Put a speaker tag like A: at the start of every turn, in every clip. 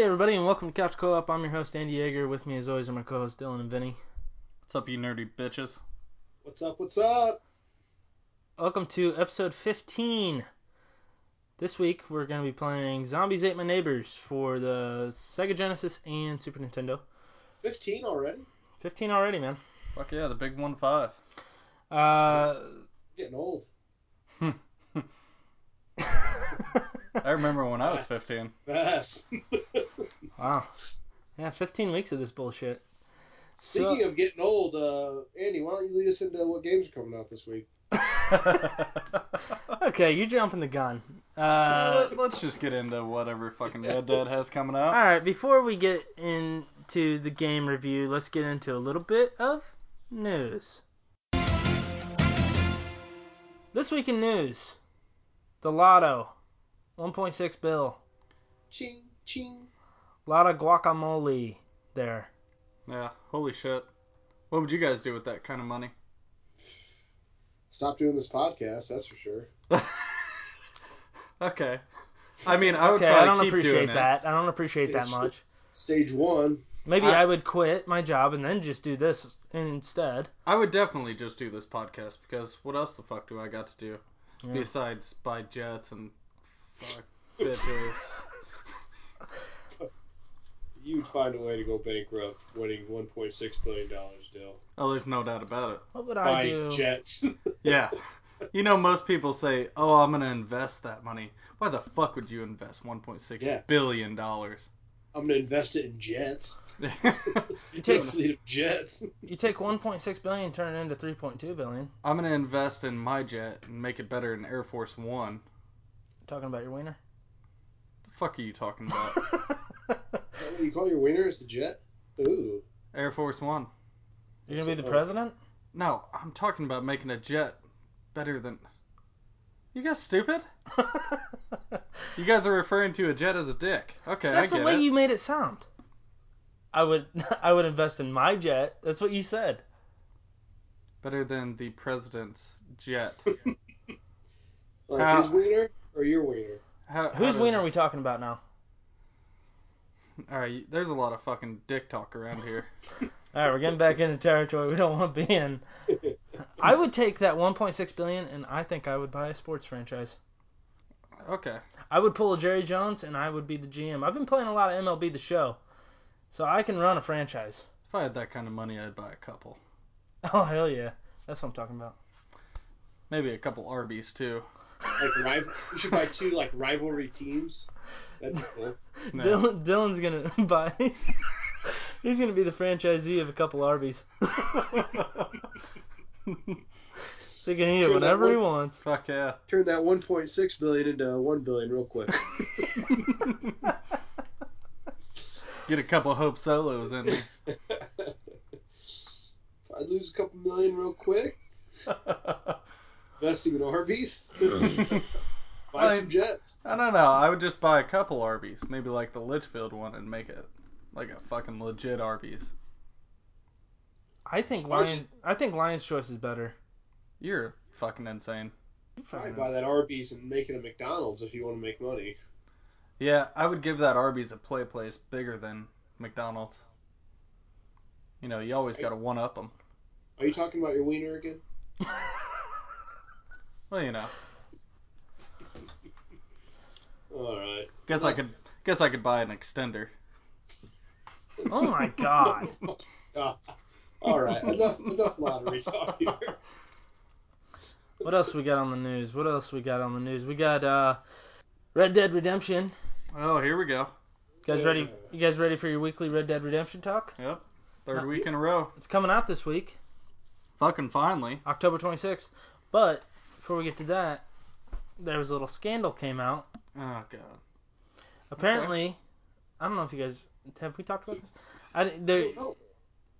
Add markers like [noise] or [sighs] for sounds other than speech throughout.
A: welcome to Couch Co-op. I'm your host Andy Yeager. With me, as always, are my co-hosts Dylan and Vinny.
B: What's up, you nerdy bitches?
C: What's up? What's up?
A: Welcome to episode 15. This week we're going to be playing Zombies Ate My Neighbors for the Sega Genesis and Super Nintendo.
C: 15 already?
A: 15 already, man.
B: Fuck yeah, the big one five.
A: Uh, [laughs]
C: Getting old.
B: I remember when I was fifteen. [laughs]
C: [laughs] Yes.
A: wow. Yeah, 15 weeks of this bullshit.
C: Speaking of getting old, uh, Andy, why don't you lead us into what games are coming out this week?
A: okay, you're jumping the gun. [laughs] Uh,
B: Let- Let's just get into whatever fucking Red Dead has coming out.
A: all right, before we get into the game review, let's get into a little bit of news. This week in news, the Lotto, 1.6 bill,
C: Ching, ching.
A: a lot of guacamole there.
B: Yeah, holy shit. What would you guys do with that kind of money? [laughs]
C: Stop doing this podcast, that's for sure.
B: okay. I mean, I would
A: Okay,
B: probably
A: I don't
B: keep doing
A: appreciate
B: it.
A: that. I don't appreciate that
C: It's-
A: much.
C: Stage one.
A: Maybe
B: I-
A: I, would quit my job and then just do this instead.
B: I would definitely just do this podcast because what else the fuck do I got to do
A: Yeah.
B: besides buy jets and fuck [laughs] bitches?
C: You'd find a way to go bankrupt winning $1.6 billion deal.
B: Oh, there's no doubt about it.
A: What would I
C: By
A: do?
C: Jets. [laughs]
B: Yeah. You know, most people say, "Oh, I'm gonna invest that money." Why the fuck would you invest 1.6
C: Yeah.
B: billion dollars? [laughs]
C: I'm going to invest it in Jets.
A: You take
C: Take of Jets. [laughs]
A: you take 1.6 billion, turn it into 3.2 billion.
B: I'm gonna invest in my jet and make it better in Air Force One.
A: Talking about your wiener.
B: The fuck are you talking about?
C: Is that what you call your winner? Is the Jet? Ooh.
B: Air Force One.
A: [laughs] You're gonna be the
C: Oh.
A: president.
B: No, I'm talking about making a jet better than. You guys stupid?
A: [laughs]
B: You guys are referring to a jet as a dick. Okay,
A: That's
B: I get
A: the way
B: it.
A: you made it sound. I would [laughs] I would invest in my jet. That's what you said.
B: Better than the president's jet.
A: [laughs]
C: Like
B: How-
C: his wiener or your wiener?
B: How, how
A: Whose
B: does-
A: wiener are we talking about now?
B: All right, there's a lot of fucking dick talk around here.
A: All right, we're getting back into territory we don't want to be
B: [laughs]
A: in. I would take that 1.6 billion, and I think I would buy a sports franchise.
B: Okay.
A: I would pull a Jerry Jones and I would be the GM. I've been playing a lot of MLB The Show, so I can run a franchise. [laughs]
B: If I had that kind of money, I'd buy a couple.
A: Oh hell yeah, that's what I'm talking about.
B: Maybe a couple Arby's too.
C: Like rival. You should buy two like rivalry teams. That'd be cool.
B: No.
A: Dylan, Dylan's gonna [laughs] buy. he's gonna be the franchisee of a couple
B: [laughs]
A: Arby's. So he can eat it
C: Sure, that
A: whenever he
C: would-
A: wants.
B: Fuck yeah.
C: Turn that 1.6 billion into 1 billion real quick.
B: Get a couple Hope Solos in there.
C: If I lose a couple million real quick. Investing in Arby's. Buy some
B: Fine.
C: Jets.
B: I don't know. I would just buy a couple Arby's, maybe like the Litchfield one, and make it like a fucking legit Arby's.
A: I think
C: Why'd
A: Lions. I think Lions' choice is better.
B: You're fucking insane.
C: Probably buy that Arby's and make it a McDonald's if you want to make money.
B: Yeah, I would give that Arby's a play place bigger than McDonald's. You know, you always got to one up them.
C: Are you talking about your wiener again?
B: Well, you know,
C: All right.
B: guess I could guess I could buy an extender.
A: [laughs] Oh my
C: [laughs]
A: god.
C: All right. Ah, Enough, enough lottery talk here.
A: what else we got on the news? What else we got on the news? We got uh, Red Dead Redemption.
B: Oh, here we go.
A: You guys ready?
C: Yeah.
A: You guys ready for your weekly Red Dead Redemption talk?
B: Third
A: Uh,
B: week in a row.
A: It's coming out this week.
B: Fucking finally.
A: October 26th. But before we get to that, there was a little scandal came out.
B: Oh god.
A: Apparently, I don't know if you guys have we talked about this. I di- there,
C: Oh,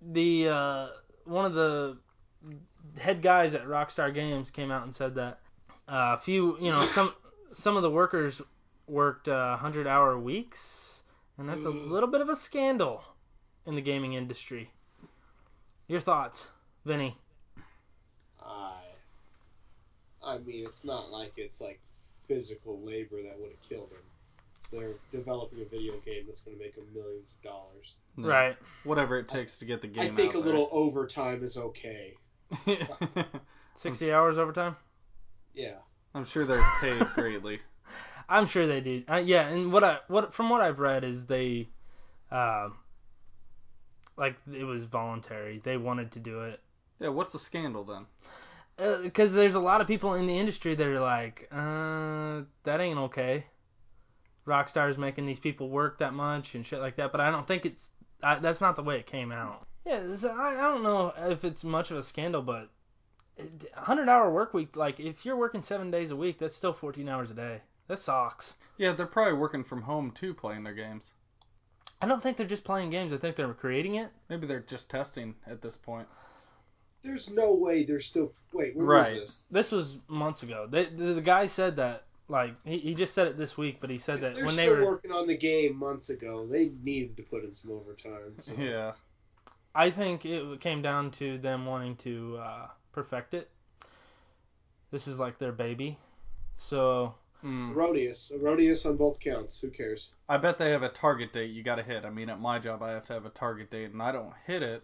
A: the uh, one of the head guys at Rockstar Games came out and said that uh, a few, you know, some some of the workers worked uh, 100-hour weeks, and that's a little bit of a scandal in the gaming industry. Your thoughts, Vinny?
C: I, I mean, it's not like it's like physical labor that would have killed him. they're developing a video game that's going to make them millions of dollars.
B: No.
A: Right.
B: Whatever it takes to get the game.
C: I think a
B: out
C: little overtime is okay.
B: there.
A: 60 hours overtime?
C: Yeah.
B: [laughs] I'm sure they're paid greatly.
A: I'm sure they do. Uh, yeah, and what I what from what I've read is they uh, like it was voluntary. They wanted to do it.
B: Yeah. What's the scandal then?
A: because Uh, there's a lot of people in the industry that are like, uh, that ain't okay. Rockstar's making these people work that much and shit like that, but I don't think it's I, that's not the way it came out. Yeah, this, I, I don't know if it's much of a scandal, but a hundred hour work week, like if you're working seven days a week, that's still fourteen hours a day. That sucks.
B: Yeah, they're probably working from home too, playing their games.
A: I don't think they're just playing games. I think they're creating it.
B: Maybe they're just testing at this point.
C: There's no way they're still. Wait, where was
B: Right.
C: this?
A: This was months ago. They, the, the guy said that. Like he, he just said it this week, but he said
C: If
A: that
C: they're
A: when they
C: still
A: were.
C: working on the game months ago, they needed to put in some overtime. So.
B: Yeah.
A: I think it came down to them wanting to uh, perfect it. This is like their baby, so
B: Mm.
C: Erroneous. Erroneous on both counts. Who cares?
B: I bet they have a target date you got to hit. I mean, at my job, I have to have a target date, and I don't hit it.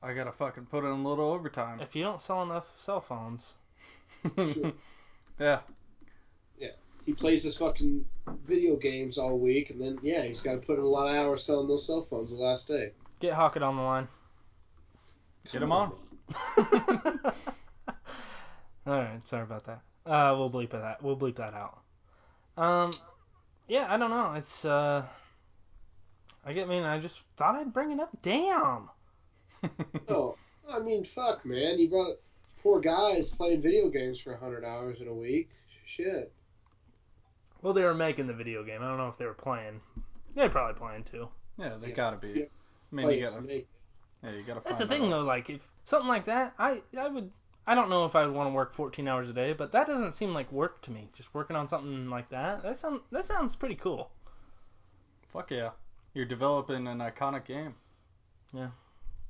B: I gotta fucking put in a little overtime.
A: if you don't sell enough cell phones,
C: Sure.
B: yeah.
C: He plays his fucking video games all week, and then, yeah, he's got to put in a lot of hours selling those cell phones the last day.
A: get Hockett on the line.
B: [laughs]
A: [laughs]
B: Get 'em on.
A: All right, sorry about that. Uh, we'll bleep that. We'll bleep that out. Um, yeah, I don't know. It's uh, I get I mean. I just thought I'd bring it up. Damn.
C: No, I mean, fuck, man. You brought poor guys playing video games for 100 hours in a week. Shit.
A: Well, they were making the video game. I don't know if they were playing. They're probably playing too.
B: [laughs] Yeah, they
C: Yeah.
B: gotta be.
C: Yeah.
B: I mean,
C: Play
B: you
C: it to
B: gotta,
C: make- [clears throat]
B: yeah, you gotta.
A: That's the
B: find
A: thing,
B: out.
A: though. Like, if something like that, I I would I don't know if I would want to work 14 hours a day, but that doesn't seem like work to me. Just working on something like that that sound that sounds pretty cool.
B: Fuck yeah, you're developing an iconic game,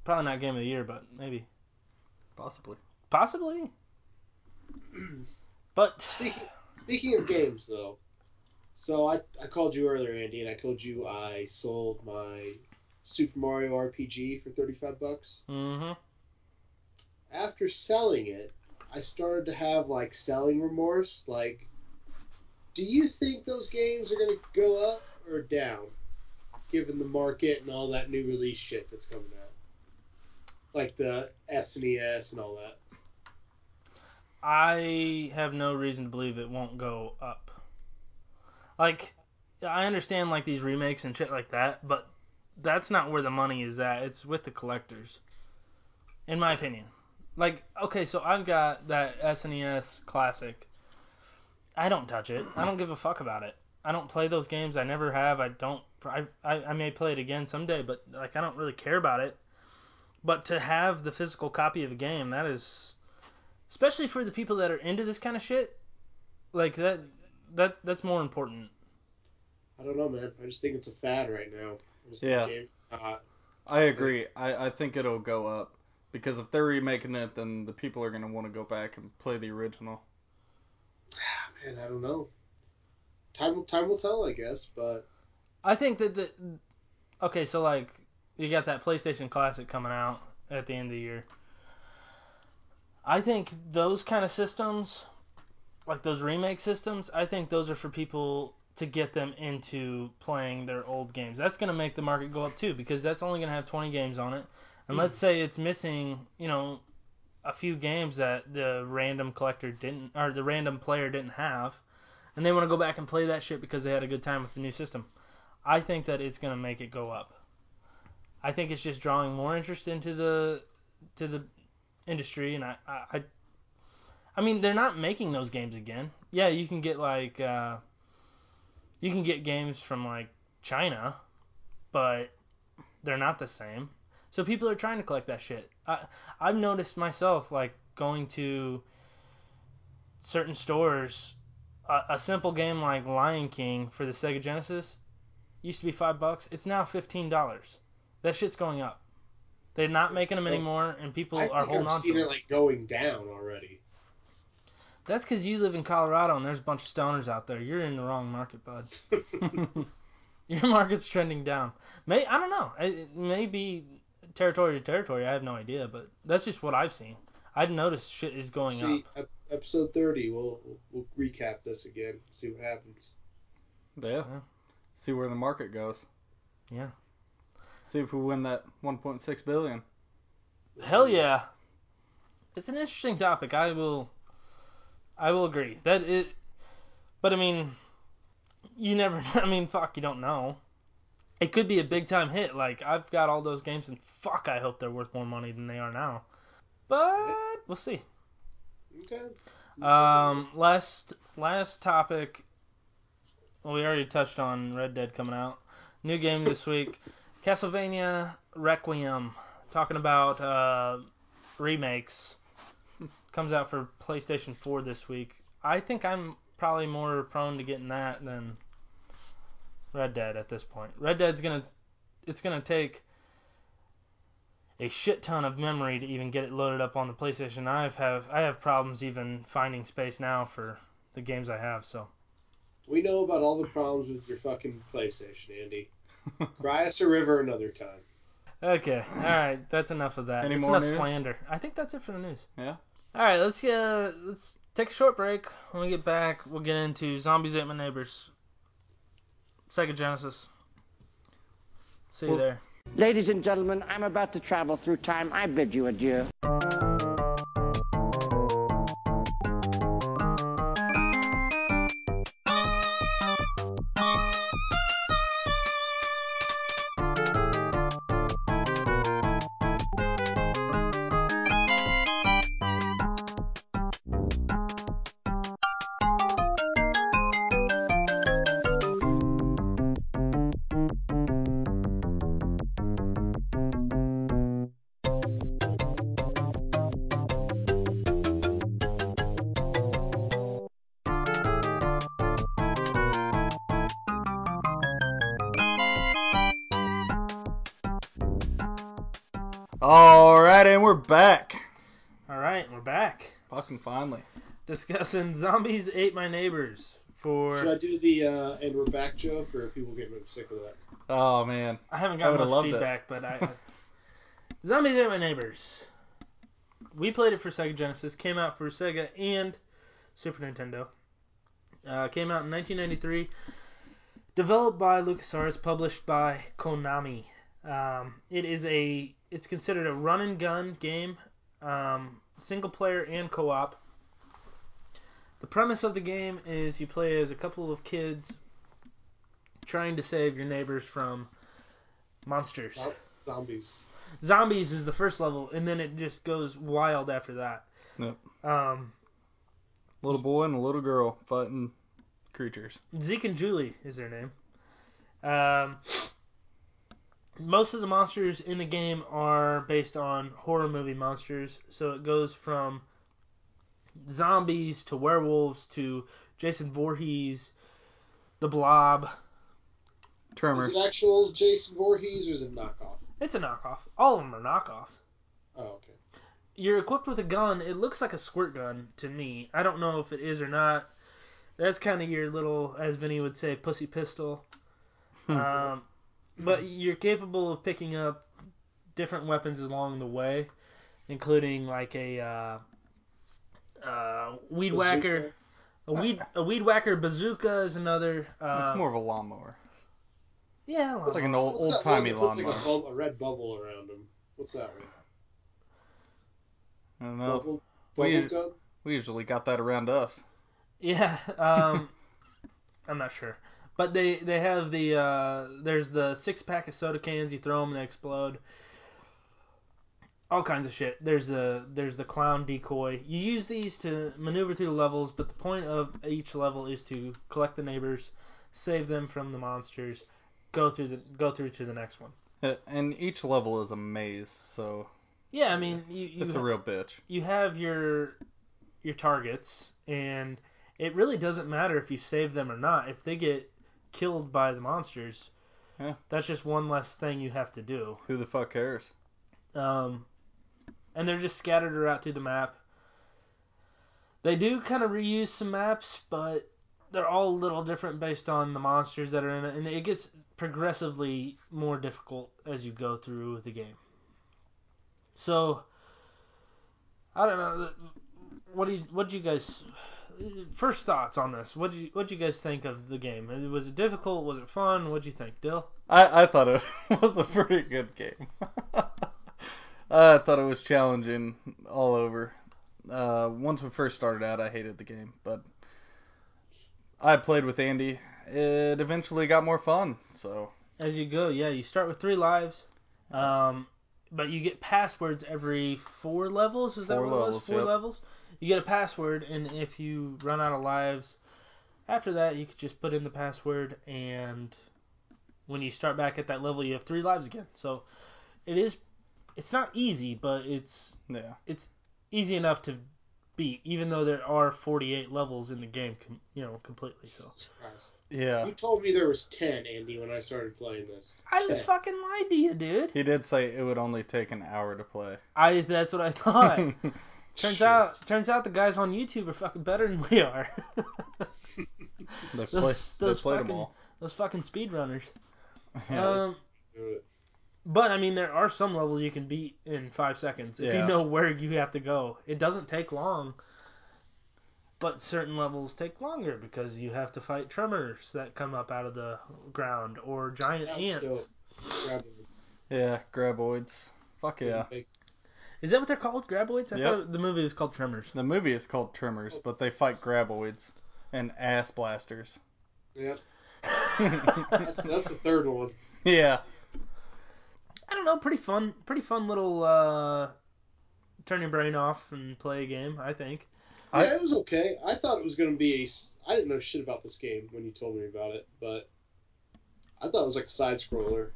A: Probably not game of the year, but maybe
B: possibly.
A: possibly. But [laughs]
C: Speaking, speaking of games, though, so I, I called you earlier, Andy, and I told you I sold my Super Mario RPG for 35 bucks.
A: hmm
C: After selling it, I started to have, like, selling remorse. Like, do you think those games are going to go up or down, given the market and all that new release shit that's coming out? Like the SNES and all that.
A: I have no reason to believe it won't go up. Like, I understand like these remakes and shit like that, but that's not where the money is at. It's with the collectors, in my opinion. Like, okay, so I've got that SNES classic. I don't touch it. I don't give a fuck about it. I don't play those games. I never have. I don't. I, I, I may play it again someday, but like I don't really care about it. But to have the physical copy of a game, that is especially for the people that are into this kind of shit like that that that's more important
C: I don't know, man. I just think it's a fad right now. I just think
B: Yeah.
C: games- uh,
B: I agree. I, I think it'll go up because if they're remaking it, then the people are gonna want to go back and play the original. [laughs]
C: Ah, Man, I don't know. Time will time will tell, I guess. But
A: i think that the okay so like you got that playstation classic coming out at the end of the year i think those kind of systems like those remake systems i think those are for people to get them into playing their old games that's going to make the market go up too because that's only going to have 20 games on it and let's say it's missing you know a few games that the random collector didn't or the random player didn't have and they want to go back and play that shit because they had a good time with the new system i think that it's going to make it go up i think it's just drawing more interest into the to the industry and i i i, I mean they're not making those games again yeah you can get like uh you can get games from like china but they're not the same so people are trying to collect that shit i I've noticed myself like going to certain stores. A, a simple game like Lion King for the Sega Genesis used to be five bucks. It's now fifteen dollars. That shit's going up. They're not making them anymore, and people
C: I
A: are
C: think
A: holding
C: I've
A: on to
C: seen
A: them.
C: [laughs] it like going down already.
A: That's because you live in Colorado and there's a bunch of stoners out there. You're in the wrong market, bud. [laughs] Your market's trending down. May I don't know. It, it may be territory to territory. I have no idea, but that's just what I've seen. I've noticed shit is going up.
C: See, ep- episode 30, we'll, we'll recap this again, see what happens.
B: Yeah.
A: Yeah.
B: See where the market goes.
A: Yeah.
B: See if we win that 1.6 billion. [laughs]
A: Hell yeah. It's an interesting topic. I will I will agree. That it but I mean you never [laughs] I mean fuck you don't know. It could be a big time hit. Like I've got all those games and fuck I hope they're worth more money than they are now. But we'll see.
C: Okay.
A: Um last last topic well, we already touched on Red Dead coming out. New game this week, Castlevania Requiem. Talking about uh, remakes. Comes out for PlayStation 4 this week. I think I'm probably more prone to getting that than Red Dead at this point. Red Dead's gonna it's gonna take a shit ton of memory to even get it loaded up on the PlayStation. I've have I have problems even finding space now for the games I have, so
C: We know about all the problems with your fucking PlayStation, Andy. Cry us a river another time.
A: Okay. All right. That's enough of that.
B: Any
A: That's
B: more
A: enough
B: news?
A: slander. I think that's it for the news.
B: Yeah.
A: All right. Let's uh, let's take a short break. When we get back, we'll get into zombies ate my neighbors. Sega Genesis. See you
B: Well-
A: there.
D: Ladies and gentlemen, I'm about to travel through time. I bid you adieu.
B: All right, and we're back.
A: All right. We're back
B: Fucking finally.
A: discussing zombies ate my neighbors.
C: Should I
A: For
C: do the uh, and we're back joke, or are people getting sick of that?
B: Oh man.
A: I haven't
B: I
A: got
B: would've
A: much
B: loved it.
A: feedback, but
B: [laughs]
A: I zombies ate my neighbors. We played it for Sega Genesis. Came out for Sega and Super Nintendo. Uh, came out in 1993. Developed by LucasArts, published by Konami. Um, it is a it's considered a run and gun game, um, single player and co op. The premise of the game is you play as a couple of kids trying to save your neighbors from monsters
C: Zom- Zombies.
A: zombies is the first level, and then it just goes wild after that.
B: Yep.
A: Um,
B: Little boy and a little girl fighting creatures.
A: Zeke and Julie is their name. Um, most of the monsters in the game are based on horror movie monsters, so it goes from zombies to werewolves to Jason Voorhees, the Blob.
B: Tremor.
C: Is it actual Jason Voorhees or is it knockoff?
A: It's a knockoff. All of them are knockoffs.
C: Oh, okay.
A: you're equipped with a gun. It looks like a squirt gun to me. I don't know if it is or not. That's kind of your little, as Vinny would say, pussy
B: [laughs]
A: pistol.
B: Hmm.
A: um, but you're capable of picking up different weapons along the way, including like a uh, uh, weed whacker,
C: Bazooka.
A: a weed a weed whacker bazooka is another. Uh,
B: it's more of a lawnmower.
A: yeah,
B: It's like an old
C: What's that
B: old timey
C: one that puts, like,
B: lawnmower.
C: a, bub- a red bubble around him. What's that one?
B: I don't know.
C: Bubble,
B: we-
C: bubble gum?
B: We usually got that around us.
A: Yeah, um, [laughs] I'm not sure, but they they have the uh, there's the six pack of soda cans. You throw them and they explode. All kinds of shit. There's the there's the clown decoy. You use these to maneuver through the levels, but the point of each level is to collect the neighbors, save them from the monsters, go through the go through to the next one.
B: Uh, And each level is a maze, so
A: Yeah, I mean you, you
B: it's a real bitch.
A: you have your your targets and it really doesn't matter if you save them or not if they get killed by the monsters
B: Yeah.
A: that's just one less thing you have to do
B: Who the fuck cares?
A: um, and they're just scattered throughout through the map They do kind of reuse some maps, but they're all a little different based on the monsters that are in it, and it gets progressively more difficult as you go through the game. So, I don't know. What do you, what do you guys first thoughts on this? What do you what do you guys think of the game? Was it difficult? Was it fun? What do you think, Dill?
B: I, I thought it [laughs] was a pretty good game. [laughs] I thought it was challenging all over. Uh, once we first started out, I hated the game, but I played with Andy. It eventually got more fun. So
A: As you go, yeah, you start with three lives, um, but you get passwords every four levels. Is that
B: Four
A: what it was?
B: levels,
A: Four
B: yep.
A: levels. You get a password, and if you run out of lives, after that, you could just put in the password, and when you start back at that level, you have three lives again. So it is. It's not easy, but it's
B: yeah,
A: easy enough to beat, even though there are 48 levels in the game, com- you know, completely. So
C: Jesus Christ.
B: yeah.
C: You told me there was ten, Andy, when I started playing this.
A: I
C: Okay.
A: fucking lied to you, dude.
B: He did say it would only take an hour to play.
A: I that's what I
B: [laughs]
A: thought. turns
C: Shit.
A: out, turns out the guys on YouTube are fucking better than we are. [laughs]
B: They, play,
A: Those-
B: they
A: those
B: played them
A: fucking-
B: all.
A: Those fucking speedrunners.
B: Yeah. [laughs]
A: Um, but I mean, there are some levels you can beat in five seconds if
B: Yeah.
A: you know where you have to go. It doesn't take long. But certain levels take longer because you have to fight tremors that come up out of the ground or giant
C: That was
A: ants.
C: dope. Grab it.
B: yeah, graboids. Fuck yeah.
A: Is that what they're called? Graboids? I
B: Yep.
A: thought the movie was called Tremors.
B: The movie is called Tremors, but they fight graboids and ass blasters. [laughs]
C: Yep.
A: I
C: That's, that's the third one.
B: yeah.
A: don't know, pretty fun pretty fun little uh turn your brain off and play a game, I think.
B: I-
C: yeah, it was okay. I thought it was going to be a. s- I didn't know shit about this game when you told me about it, but I thought it was like a side scroller,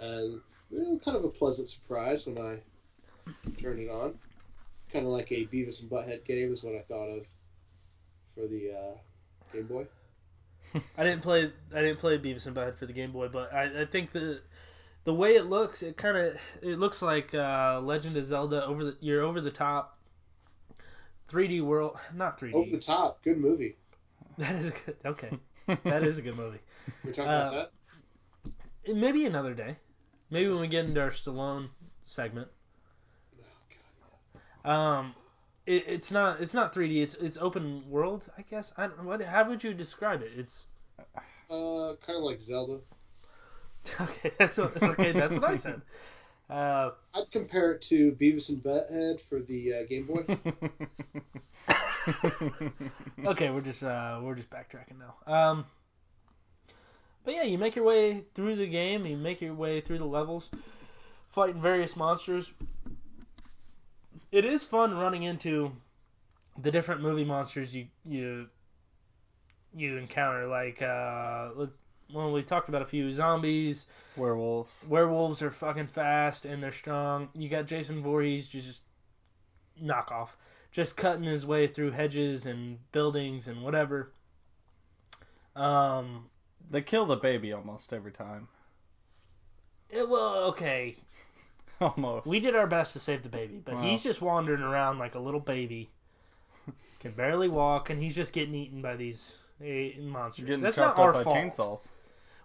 C: and eh, kind of a pleasant surprise when I turned it on. Kind of like a Beavis and Butthead game is what I thought of for the uh, Game Boy.
A: I didn't play I didn't play Beavis and Butthead for the Game Boy, but I, I think the the way it looks, it kind of it looks like uh, Legend of Zelda over the you're over the top 3D world, not 3D.
C: Over the top, good movie.
A: [laughs] That is a good, okay. That is a good movie.
C: We We're talking
A: Uh,
C: about that.
A: Maybe another day. Maybe when we get into our Stallone segment.
C: Oh, God.
A: Um, it, it's not it's not 3D. It's it's open world, I guess. I don't, what how would you describe it? It's [laughs]
C: Uh, kind of like Zelda.
A: okay. That's what okay. That's what I said. Uh,
C: I'd compare it to Beavis and Butthead for the uh, Game Boy.
A: [laughs] okay, we're just uh, we're just backtracking now. Um, but yeah, you make your way through the game. You make your way through the levels, fighting various monsters. It is fun running into the different movie monsters you you you encounter. Like uh, let's, well, we talked about a few zombies.
B: [laughs] Werewolves.
A: Werewolves are fucking fast and they're strong. You got Jason Voorhees just knockoff, just cutting his way through hedges and buildings and whatever. Um,
B: They kill the baby almost every time. [laughs]
A: it, well, okay,
B: Almost.
A: we did our best to save the baby, but
B: Wow.
A: he's just wandering around like a little
B: [laughs]
A: baby, can barely walk, and he's just getting eaten by these eh, monsters.
B: Getting
A: That's not
B: chopped
A: our
B: up by
A: fault.
B: chainsaws.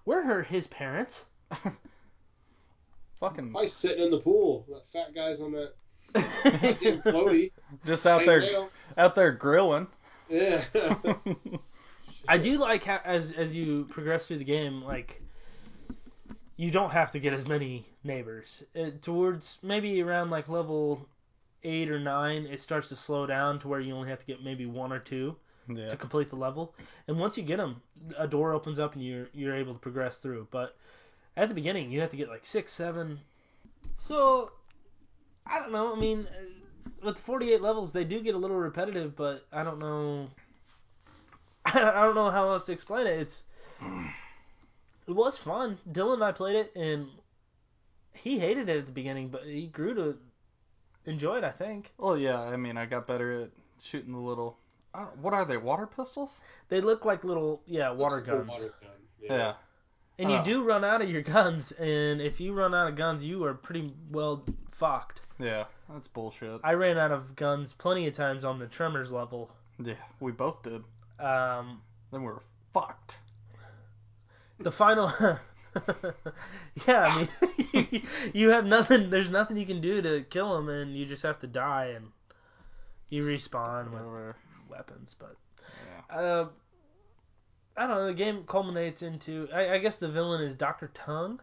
A: We're her, his
B: [laughs]
A: parents. [laughs]
B: Fucking
C: Probably sitting in the pool. That fat guy's on that
A: [laughs]
C: goddamn floaty.
B: just out there, out there grilling. [laughs]
C: Yeah.
A: [laughs] I do like how, as as you progress through the game, like you don't have to get as many neighbors. It, towards maybe around like level eight or nine, it starts to slow down to where you only have to get maybe one or two
B: yeah.
A: to complete the level. And once you get them, a door opens up and you're you're able to progress through. But at the beginning, you have to get like six, seven. So I don't know. I mean, uh, with the forty-eight levels, they do get a little repetitive, but I don't know. [laughs] I don't know how else to explain it. It's it was fun. Dylan and I played it, and he hated it at the beginning, but he grew to enjoy it. I think
B: Well, yeah. I mean, I got better at shooting the little. I don't- what are they? Water pistols?
A: they look like little yeah water
C: Looks like a
A: guns.
C: Water gun. Yeah.
B: Yeah.
A: And you
B: Oh.
A: do run out of your guns, and if you run out of guns, you are pretty well fucked.
B: Yeah, that's bullshit.
A: I ran out of guns plenty of times on the Tremors level.
B: Yeah, we both did.
A: Um,
B: Then we were fucked.
A: the final [laughs] yeah i mean [laughs] you have nothing there's nothing you can do to kill him and you just have to die and you respawn with
B: Whatever.
A: weapons but uh, i don't know the game culminates into I, I guess the villain is dr tongue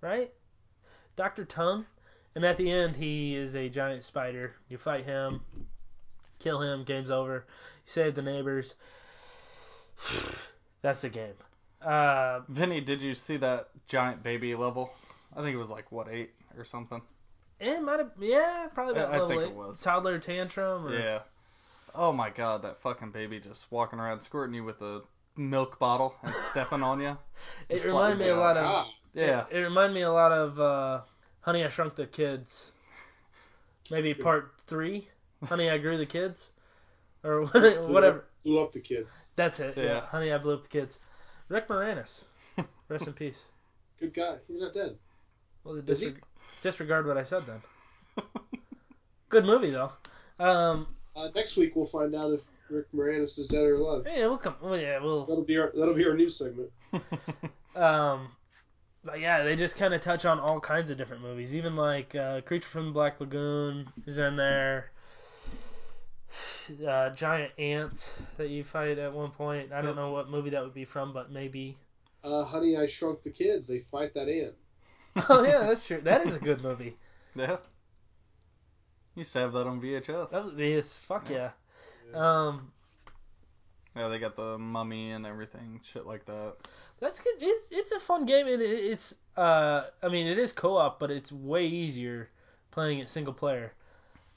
A: right dr tongue and at the end he is a giant spider you fight him kill him game's over you save the neighbors [sighs] that's the game uh,
B: Vinny, did you see that giant baby level? I think it was like what eight or something.
A: It might have, yeah, probably about
B: I- I
A: level
B: think
A: eight.
B: it was.
A: toddler tantrum. Or,
B: Yeah. Oh my god, that fucking baby just walking around squirting you with a milk bottle and stepping on you.
A: it
B: Just
A: reminded me
B: flying
A: a lot of.
C: Ah,
B: Yeah.
A: It, reminded me a lot of uh, Honey, I Shrunk the Kids. Maybe part three, Honey, I Grew the Kids, or [laughs]
C: blew
A: whatever.
C: up- blew up the kids.
A: That's it. Yeah.
B: Yeah.
A: Honey, I Blew Up the Kids. Rick
B: [laughs]
A: Moranis, rest in peace.
C: Good guy. He's not dead.
A: Well,
C: Is he?
A: disreg- disregard what I said then. Good movie though. Um,
C: Uh, next week we'll find out if Rick Moranis is dead or alive.
A: yeah, we'll come. Well, yeah, we'll
C: That'll be our that'll be our news segment.
A: Um, but yeah, they just kind of touch on all kinds of different movies. Even like uh, Creature from the Black Lagoon is in there. [sighs] Uh, giant ants that you fight at one point. I don't
B: Yep.
A: know what movie that would be from, but maybe.
C: Uh, Honey, I Shrunk the Kids. They fight that ant.
A: [laughs] [laughs] Oh [laughs] yeah, that's true. That is a good movie.
B: [laughs] yeah. Used to have that on VHS.
A: That was, yes, fuck yeah. Um,
B: Yeah, they got the mummy and everything, shit like that.
A: that's good. It's it's a fun game, and it, it's uh, I mean, it is co-op, but it's way easier playing it single player,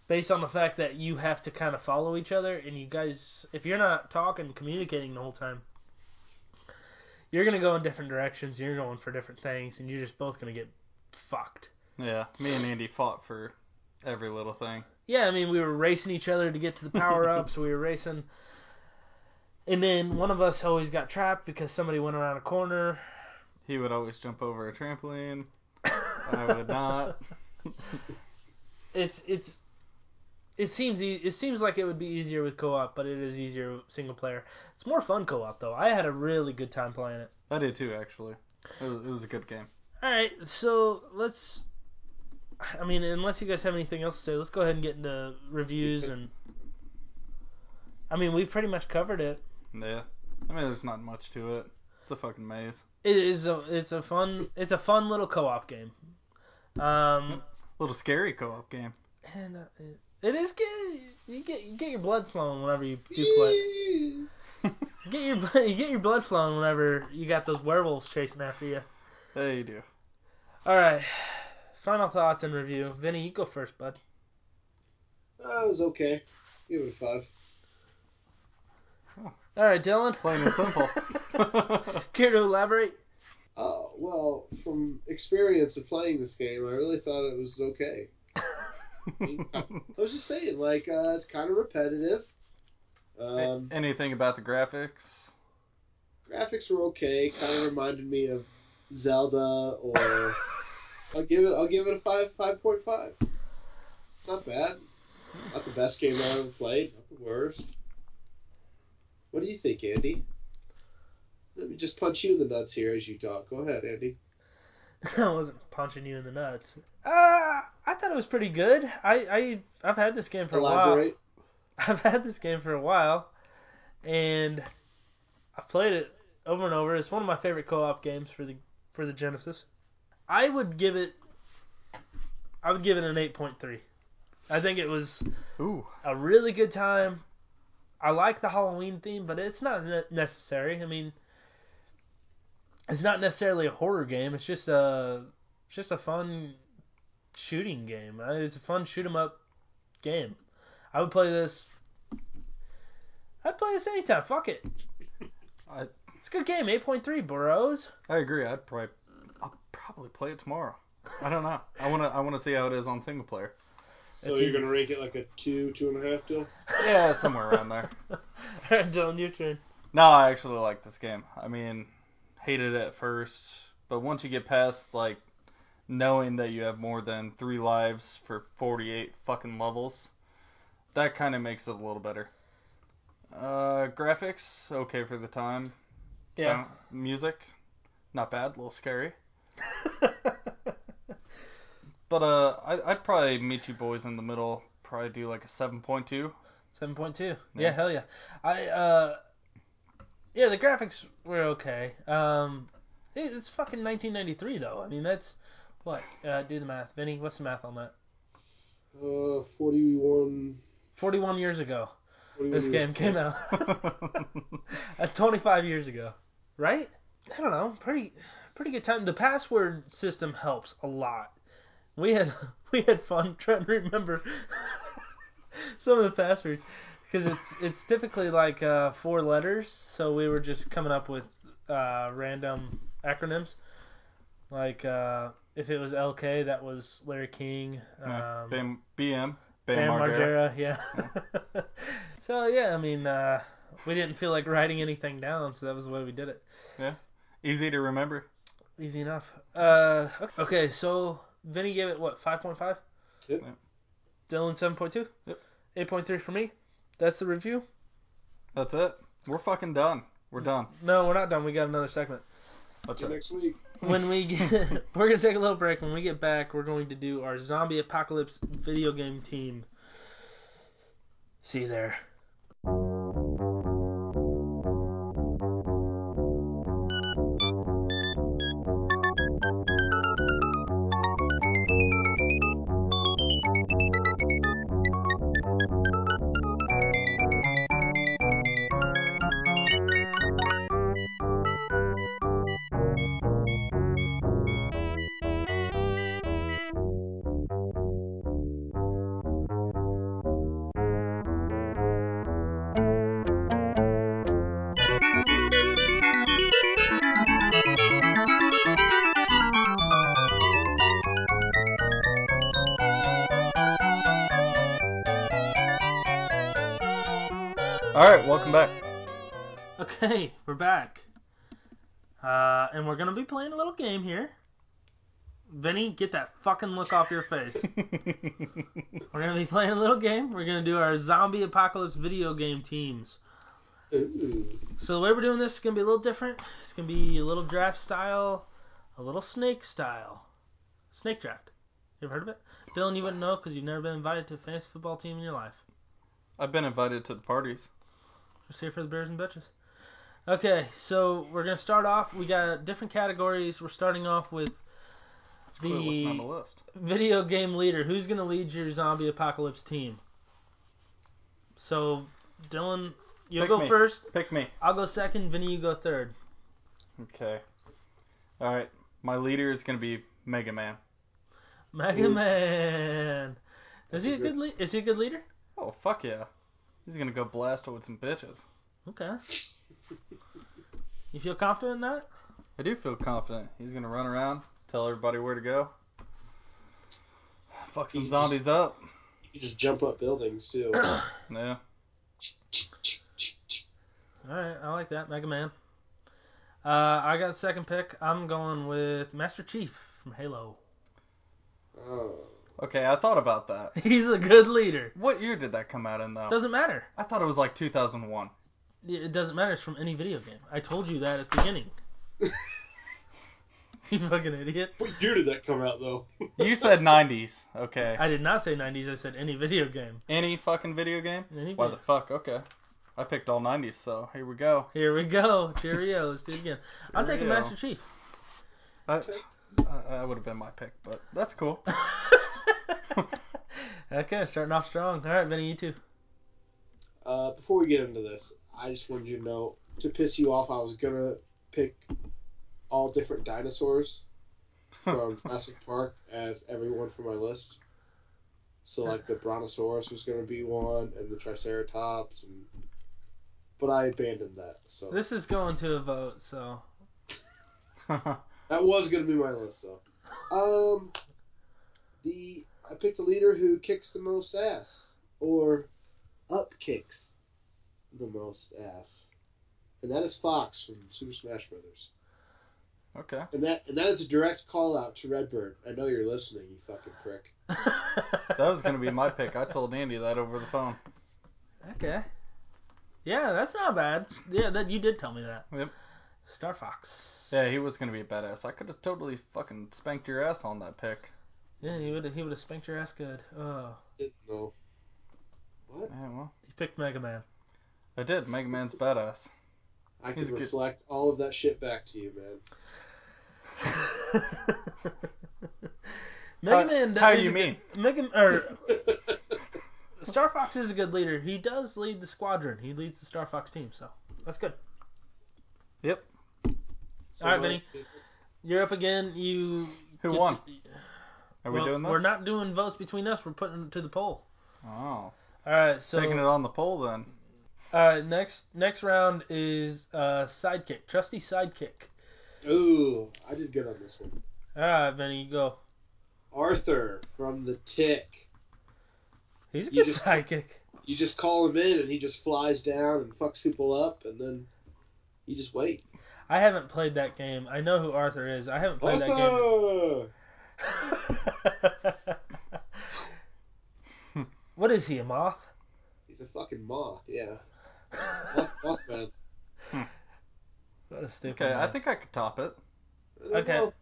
A: based on the fact that you have to kind of follow each other, and you guys, if you're not talking, communicating the whole time, you're gonna go in different directions. You're going for different things, and you're just both gonna get fucked.
B: Yeah, me and Andy fought for every little thing.
A: Yeah, I mean, we were racing each other to get to the power ups. we were racing, and then one of us always got trapped because somebody went around a corner.
B: He would always jump over a trampoline. I
A: [laughs]
B: would not.
A: it's it's it seems e- it seems like it would be easier with co-op, but it is easier with single player. It's more fun co-op though. I had a really good time playing it.
B: I did too, actually. It was, it was a good game.
A: All right, so let's. I mean, unless you guys have anything else to say, let's go ahead and get into reviews and. I mean, we pretty much covered it.
B: Yeah. I mean, there's not much to it. It's a fucking maze.
A: It is a it's a fun it's a fun little co-op game. Um,
B: little scary co-op game.
A: and uh, it- it is get you get you get your blood flowing whenever you do play. it. You get your bl- [laughs] you get your blood flowing whenever you got those werewolves chasing after you.
B: There you do.
A: All right, final thoughts and review. Vinny, you go first, bud.
C: That was okay. Give it a five.
A: All right, Dylan.
B: Plain
A: [laughs]
B: and simple.
A: Care to elaborate? [laughs]
C: Oh well, from experience of playing this game, I really thought it was okay. I was just saying, like uh, it's kind of repetitive. Um,
B: Anything about the graphics?
C: graphics were okay. Kind of reminded me of Zelda,
A: [laughs]
C: or I'll give it. I'll give it a five, five point five. Not bad. Not the best game I have ever played. Not the worst. What do you think, Andy? Let me just punch you in the nuts here as you talk. Go ahead, Andy.
A: I wasn't punching you in the nuts. Uh, I thought it was pretty good. I, I I've had this game for a while.
C: Elaborate.
A: [laughs] I've had this game for a while, and I've played it over and over. It's one of my favorite co-op games for the for the Genesis. I would give it. I would give it an eight point three. I think it was
B: Ooh.
A: a really good time. I like the Halloween theme, but it's not ne- necessary. I mean, it's not necessarily a horror game. It's just a it's just a fun shooting game. Uh, It's a fun shoot 'em up game. I would play this. I'd play this anytime. Fuck it.
B: I-
A: It's a good game. Eight point three, bros.
B: I agree. I'd probably, I'll probably play it tomorrow. I don't know. I wanna, I wanna see how it is on single player.
C: So
A: That's
C: you're
A: easy.
C: gonna rank it like a two, two and a half deal?
B: Yeah, somewhere around there.
A: [laughs] Dylan, your turn.
B: No, I actually like this game. I mean, hate it at first, but once you get past like knowing that you have more than three lives for 48 fucking levels, that kind of makes it a little better. Uh, graphics okay for the time.
A: Yeah.
B: Sound- music, not bad. A little scary. But uh, I, I'd probably meet you boys in the middle. Probably do like a seven point two. [laughs]
A: Seven point two.
B: Yeah.
A: Yeah. hell yeah. I uh, yeah, the graphics were okay. Um, it, it's fucking 1993 though. I mean, that's what. Uh, do the math, Vinny. What's the math on that?
C: Uh, 41.
A: 41 years ago,
C: 41
A: this
C: years
A: game came out.
B: [laughs]
A: [laughs] Uh, 25 years ago, right? I don't know. Pretty, pretty good time. The password system helps a lot. We had [laughs] we had fun trying to remember [laughs] some of the passwords because it's it's typically like uh, four letters. So we were just coming up with uh, random acronyms. Like uh, if it was LK, that was Larry King. Um,
B: Yeah, Bam, BM, Bam,
A: Bam
B: Margera.
A: Margera, yeah. [laughs] so yeah, I mean, uh, we didn't feel like writing anything down, so that was the way we did it.
B: Easy to remember.
A: Easy enough. Uh, okay, so Vinny gave it what five point five.
C: Yep.
B: Yep.
A: Dylan seven point two.
B: Yep.
A: Eight point three for me. That's the review.
B: That's it. We're fucking done. We're done.
A: No, we're not done. We got another segment.
B: That's
C: See you
B: it.
C: next week.
A: When we get, [laughs] we're gonna take a little break. When we get back, we're going to do our zombie apocalypse video game team. See you there.
B: All right, welcome back. [laughs]
A: Okay, we're back. Uh, and we're gonna be playing a little game here. Vinny, get that fucking look off your
B: [laughs]
A: face. we're gonna be playing a little game. We're gonna do our zombie apocalypse video game teams.
C: Uh, Ooh.
A: So the way we're doing this is gonna be a little different. It's gonna be a little draft style, a little snake style, snake draft. You ever heard of it, Dylan? You wouldn't know because you've never been invited to a fantasy football team in your life.
B: I've been invited to the parties.
A: Just here for the bears and bitches. Okay, so we're gonna start off. We got different categories. We're starting off with
B: It's quit looking on the list.
A: video game leader. Who's gonna lead your zombie apocalypse team? So, Dylan, you'll
B: Pick
A: go
B: me.
A: first.
B: Pick me.
A: I'll go second. Vinny, you go third.
B: Okay. All right. My leader is gonna be Mega Man.
A: Mega
C: Ooh.
A: Man. Is
C: That's
A: he
C: a
A: a good? Le- is he a good leader?
B: Oh fuck yeah. He's gonna go blast with some bitches.
A: Okay. You feel confident in that?
B: I do feel confident. He's gonna run around, tell everybody where to go. [sighs] Fuck some
C: He's-
B: zombies up.
C: You just jump up buildings, too.
B: Yeah.
A: All right, I like that, Mega Man. Uh, I got second pick. I'm going with Master Chief from Halo. [laughs]
C: oh.
B: Okay, I thought about that.
A: He's a good leader.
B: What year did that come out in though?
A: Doesn't matter.
B: I thought it was like 2001.
A: Yeah, It doesn't matter. It's from any video game. I told you that at the
B: [laughs]
A: beginning. you fucking idiot.
C: What year did that come out, though?
B: You said 90s. Okay.
A: I did not say 90s. I said any video game.
B: Any fucking video game?
A: Any
B: Why
A: vi-
B: the fuck? Okay. I picked all 90s, so here we go.
A: Here we go. Cheerio. Let's do it again. I'm taking
B: Cheerio.
A: Master
B: [laughs]
A: Chief.
B: That, uh, that would have been my pick, but that's cool. [laughs]
A: okay, starting off strong. All right, Vinny, you too.
C: Uh, before we get into this, I just wanted you to know to piss you off, I was gonna pick all different dinosaurs
B: [laughs]
C: from Jurassic Park as everyone for my list. So like the Brontosaurus was gonna be one, and the Triceratops, and but I abandoned that. So
A: This is going to a vote, so.
C: that was gonna be my list, though. Um, the I picked a leader who kicks the most ass, or up kicks the most ass, and that is Fox from Super Smash Brothers.
B: Okay.
C: And that and that is a direct call out to Redbird. I know you're listening, you fucking prick.
B: [laughs] That was going to be my pick. I told Andy that over the phone.
A: Okay. Yeah, that's not bad. Yeah, that you did tell me that.
B: Yep.
A: Star Fox.
B: Yeah, he was going to be a badass. I could have totally fucking spanked your ass on that pick.
A: Yeah, he would he would have spanked your ass good. Oh,
C: Didn't know. What?
B: Yeah, well,
A: he picked Mega Man.
B: I did. Mega Man's badass.
C: I can
B: He's good.
C: reflect all of that shit back to you, man.
A: [laughs] Mega
B: How-
A: Man.
B: how
A: is
B: you
A: a
B: mean?
A: good- Mega or Star Fox is a good leader. He does lead the squadron. He leads the Star Fox team, so that's good.
C: So
A: All right,
C: what-
A: You're up again. You
B: Who
A: get
B: won?
A: to-
B: Are
A: well,
B: we doing this?
A: We're not doing votes between us. We're putting it to the poll.
B: Oh,
A: All right, so
B: taking it on the poll then.
A: uh, next next round is uh, sidekick, trusty sidekick.
C: Ooh, I did good on this one.
A: All right, Vinny, you go.
C: Arthur from the Tick.
A: He's a
C: You
A: good
C: just-
A: sidekick.
C: You just call him in, and he just flies down and fucks people up, and then you just wait.
A: I haven't played that game. I know who Arthur is. I haven't played
C: Arthur.
A: that game. what is he, a moth?
C: He's a fucking moth. Yeah, moth,
A: what
C: moth [laughs] man.
A: a stupid.
B: Okay, I
A: name.
B: think I could top it.
C: I don't
A: Okay.
C: know.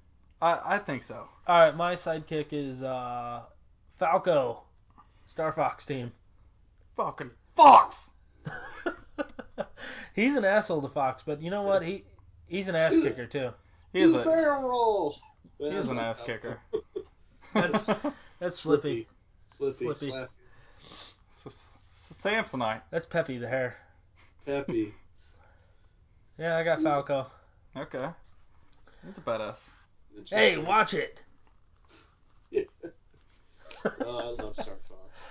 B: I, I think so.
A: All right, my sidekick is uh, Falco, Star Fox team. [laughs]
B: Fucking Fox!
A: he's an asshole to Fox, but you know what? He he's an ass kicker too.
B: He
A: [laughs]
B: is
C: Do
B: a,
C: barrel roll.
B: he is an
C: Well,
B: ass kicker.
A: That's-
B: So
A: That's Slippy.
C: Slippy,
A: Slippy.
C: Slap,
B: s- Samsonite.
A: That's Peppy the hare. [laughs]
C: Peppy.
A: Yeah, I got Falco.
B: Okay. He's a badass.
A: Hey, watch it.
C: Oh, I love Star Fox.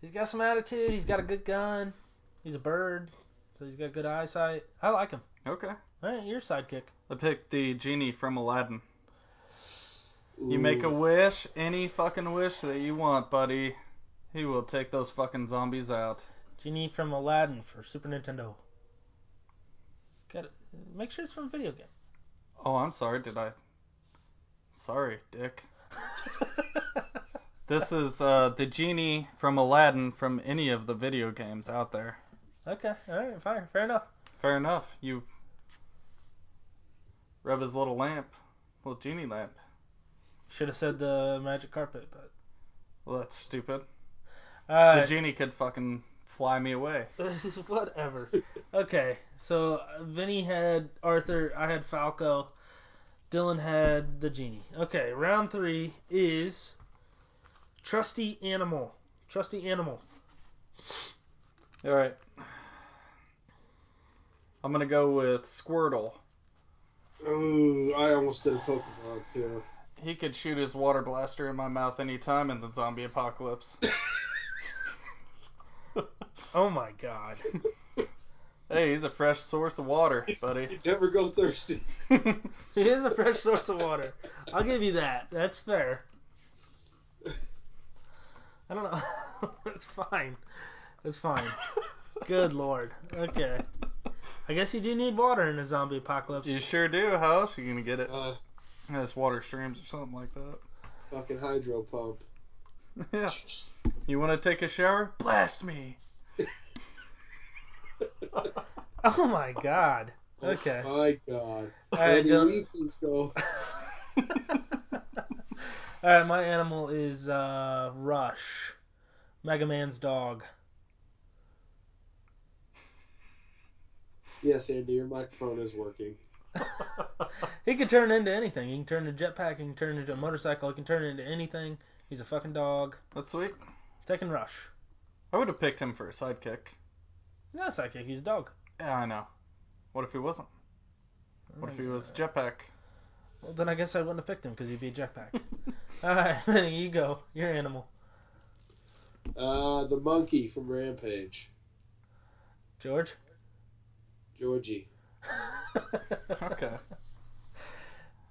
A: He's got some attitude. He's got a good gun. He's a bird, so he's got good eyesight. I like him.
B: Okay.
A: All right, your sidekick.
B: I picked the genie from Aladdin. You
C: Ooh.
B: make a wish, any fucking wish that you want, buddy. He will take those fucking zombies out.
A: Genie from Aladdin for Super Nintendo. Got it. Make sure it's from a video game.
B: Oh, I'm sorry. Did I? Sorry, Dick. This is uh, the genie from Aladdin from any of the video games out there.
A: okay, all right, fine, fair enough.
B: Fair enough. You rub his little lamp, little genie lamp.
A: Should have said the magic carpet, but
B: Well, that's stupid.
A: all
B: The
A: right,
B: genie could fucking fly me away.
A: [laughs] whatever. Okay, so uh, Vinny had Arthur, I had Falco, Dylan had the genie. Okay, round three is trusty animal. Trusty animal.
B: All right. I'm gonna go with Squirtle.
C: Ooh, I almost did a Pokemon too. [laughs]
B: He could shoot his water blaster in my mouth anytime in the zombie apocalypse.
A: Oh my god.
B: hey, he's a fresh source of water, buddy.
C: [laughs] You never go thirsty. [laughs]
A: It is a fresh source of water. I'll give you that. That's fair. I don't know. [laughs] That's fine. That's fine. Good lord. Okay. I guess you do need water in a zombie apocalypse.
B: You sure do. How else are you gonna get it?
C: Uh,
B: There's water streams or something like that. [laughs]
C: fucking hydro pump. [laughs]
B: yeah. You want to take a shower? Blast me.
A: [laughs] Oh my god.
C: Oh
A: Okay.
C: my God.
A: All right,
C: Andy,
A: Dylan.
C: will you please go?
A: All right, my animal is uh, Rush, Mega Man's
B: [laughs]
A: dog.
C: Yes, Andy, your microphone is working.
A: He can turn into anything. He can turn into a jetpack. He can turn into a motorcycle. He can turn into anything. He's a fucking dog.
B: That's sweet.
A: Taking Rush.
B: I would have picked him for a sidekick.
A: He's not a sidekick. He's a dog.
B: Yeah, I know. What if he wasn't? What if he was jetpack? [laughs]
A: Well, then I guess I wouldn't have picked him because he'd be a jetpack. All right, [laughs] Vinny, you go. Your animal.
C: Uh, the monkey from Rampage,
A: George. [laughs]
C: Georgie.
B: Okay.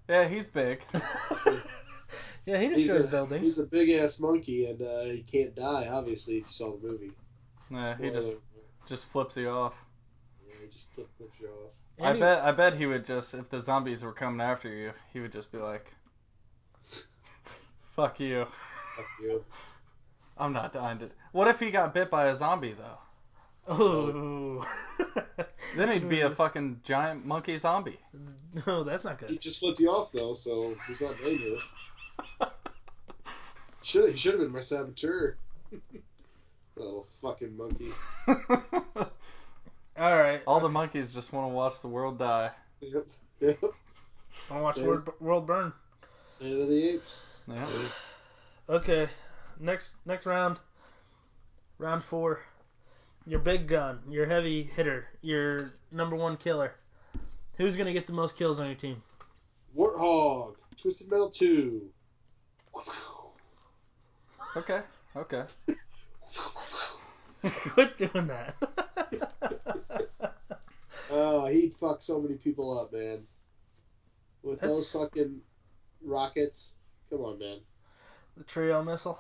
B: Yeah, he's big.
A: [laughs] yeah, he
C: He's
A: destroys
C: a,
A: buildings.
C: he's a big ass monkey, and uh, he can't die. Obviously, if you saw the movie.
B: Yeah, he
C: Spoiler
B: just
C: alert.
B: just flips you off.
C: Yeah, he just flipped the jaw off.
A: [laughs]
B: I
A: Any-
B: bet I bet he would just if the zombies were coming after you, he would just be like, [laughs] "Fuck you,
C: Fuck you.
B: I'm not dying to." What if he got bit by a zombie though?
A: Oh.
B: Then he'd be a fucking giant monkey zombie.
A: [laughs]
B: [laughs]
A: No, that's not
C: He
A: good.
C: just flipped you off though, so he's not
B: [laughs]
C: dangerous. Should he should have been my saboteur. [laughs] Little fucking monkey.
A: All right.
B: All the monkeys just want to watch the world die.
C: Yep. Yep.
A: I watch World, World Burn.
C: Planet of the Apes.
B: Yeah.
A: Okay. Next next round. Round 4. Your big gun, your heavy hitter, your number 1 killer. Who's going to get the most kills on your team? [laughs]
C: Warthog. Twisted Metal 2.
B: Okay. Okay.
A: Quit doing that. [laughs]
C: Oh, he'd fuck so many people up, man. With
A: That's-
C: those fucking rockets. Come on, man.
A: the trio missile.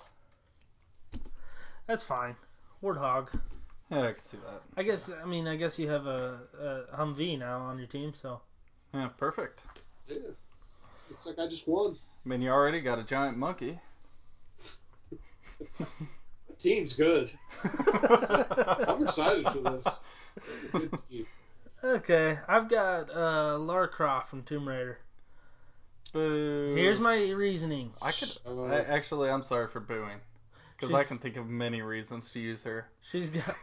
A: That's fine. Warthog.
B: Yeah, I can see that.
A: I guess I mean I guess you have a, a Humvee now on your team, so
B: Yeah, perfect.
C: Yeah. Looks like I just won.
B: I mean, you already got a giant monkey. [laughs]
C: The team's good. I'm excited for this. Good
B: [laughs]
C: team.
A: Okay, I've got uh, Lara Croft from Tomb Raider.
B: Boo.
A: Here's my reasoning.
B: I could.
C: Uh,
B: I, oh
C: [laughs]
B: actually, I'm sorry for booing, because I
A: She's-
B: can think of many reasons to use her.
A: She's got.